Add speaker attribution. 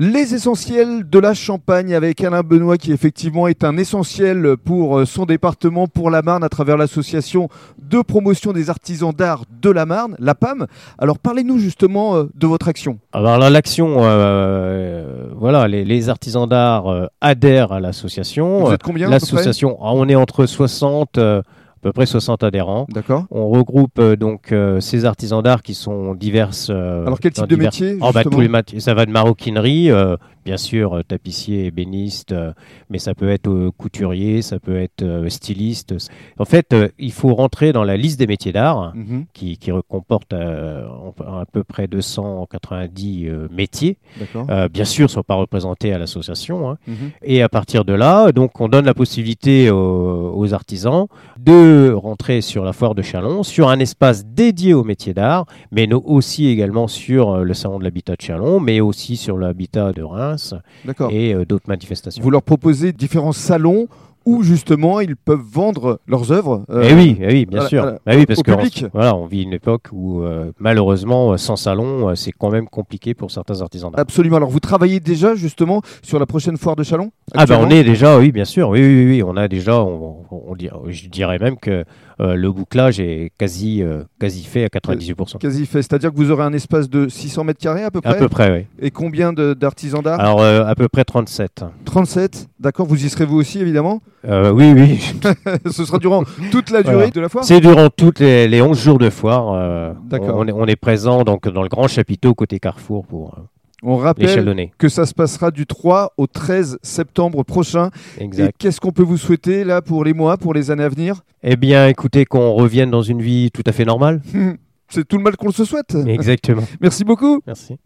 Speaker 1: Les essentiels de la Champagne avec Alain Benoît qui effectivement est un essentiel pour euh, son département, pour la Marne à travers l'association de promotion des artisans d'art de la Marne, la PAM. Alors parlez-nous justement euh, de votre action.
Speaker 2: Alors là, l'action, euh, voilà, les, les artisans d'art euh, adhèrent à l'association.
Speaker 1: Vous êtes combien à peu
Speaker 2: L'association, ah, on est entre 60, euh, à peu près 60 adhérents.
Speaker 1: D'accord.
Speaker 2: On regroupe euh, donc euh, ces artisans d'art qui sont diverses. euh,
Speaker 1: Alors quel
Speaker 2: dans
Speaker 1: type de
Speaker 2: divers-
Speaker 1: métier
Speaker 2: Oh, bah,
Speaker 1: justement
Speaker 2: tous les mat- ça va de maroquinerie, euh, bien sûr, euh, tapissier, ébéniste, euh, mais ça peut être euh, couturier, ça peut être euh, styliste. En fait, euh, il faut rentrer dans la liste des métiers d'art
Speaker 1: Mhm,
Speaker 2: qui, qui comporte euh, en- à peu près 290 euh, métiers.
Speaker 1: D'accord.
Speaker 2: Euh, bien sûr, ne sont pas représentés à l'association. hein.
Speaker 1: Mhm.
Speaker 2: Et à partir de là, donc, on donne la possibilité aux, aux artisans de rentrer sur la foire de Chalon, sur un espace dédié aux métiers d'art, mais no- aussi également sur euh, le salon de l'habitat de Chalon, mais aussi sur l'habitat de Reims
Speaker 1: D'accord.
Speaker 2: et euh, d'autres manifestations.
Speaker 1: Vous leur proposez différents salons où justement ils peuvent vendre leurs œuvres. euh,
Speaker 2: Eh oui, eh oui, bien
Speaker 1: voilà,
Speaker 2: sûr.
Speaker 1: voilà,
Speaker 2: Bah oui, parce
Speaker 1: au
Speaker 2: que
Speaker 1: public.
Speaker 2: On, voilà, on vit une époque où euh, malheureusement, euh, sans salon, euh, c'est quand même compliqué pour certains artisans d'art.
Speaker 1: Absolument. Alors vous travaillez déjà justement sur la prochaine foire de Chalon
Speaker 2: Ah ben on est déjà, oui bien sûr, oui oui, oui, oui, on a déjà, on, on- on dir- je dirais même que euh, le bouclage est quasi, euh, quasi fait à 98%.
Speaker 1: Quasi fait. C'est-à-dire que vous aurez un espace de 600 mètres carrés à peu
Speaker 2: À
Speaker 1: près
Speaker 2: peu près, oui.
Speaker 1: Et combien de- d'artisans d'art
Speaker 2: Alors euh, à peu près 37.
Speaker 1: 37, d'accord, vous y serez vous aussi évidemment.
Speaker 2: Euh, oui, oui.
Speaker 1: Ce sera durant toute la durée
Speaker 2: Voilà.
Speaker 1: de la foire.
Speaker 2: C'est durant toutes les, les 11 jours de foire. euh,
Speaker 1: D'accord.
Speaker 2: On, est, on est présent donc dans le grand chapiteau côté Carrefour pour euh,
Speaker 1: On
Speaker 2: les
Speaker 1: rappelle
Speaker 2: Chalonnais.
Speaker 1: que ça se passera du 3 au 13 septembre prochain. Et
Speaker 2: Exact.
Speaker 1: qu'est-ce qu'on peut vous souhaiter là pour les mois, pour les années à venir
Speaker 2: Eh bien, écoutez, qu'on revienne dans une vie tout à fait normale.
Speaker 1: C'est tout le mal qu'on se souhaite.
Speaker 2: Exactement.
Speaker 1: Merci beaucoup.
Speaker 2: Merci.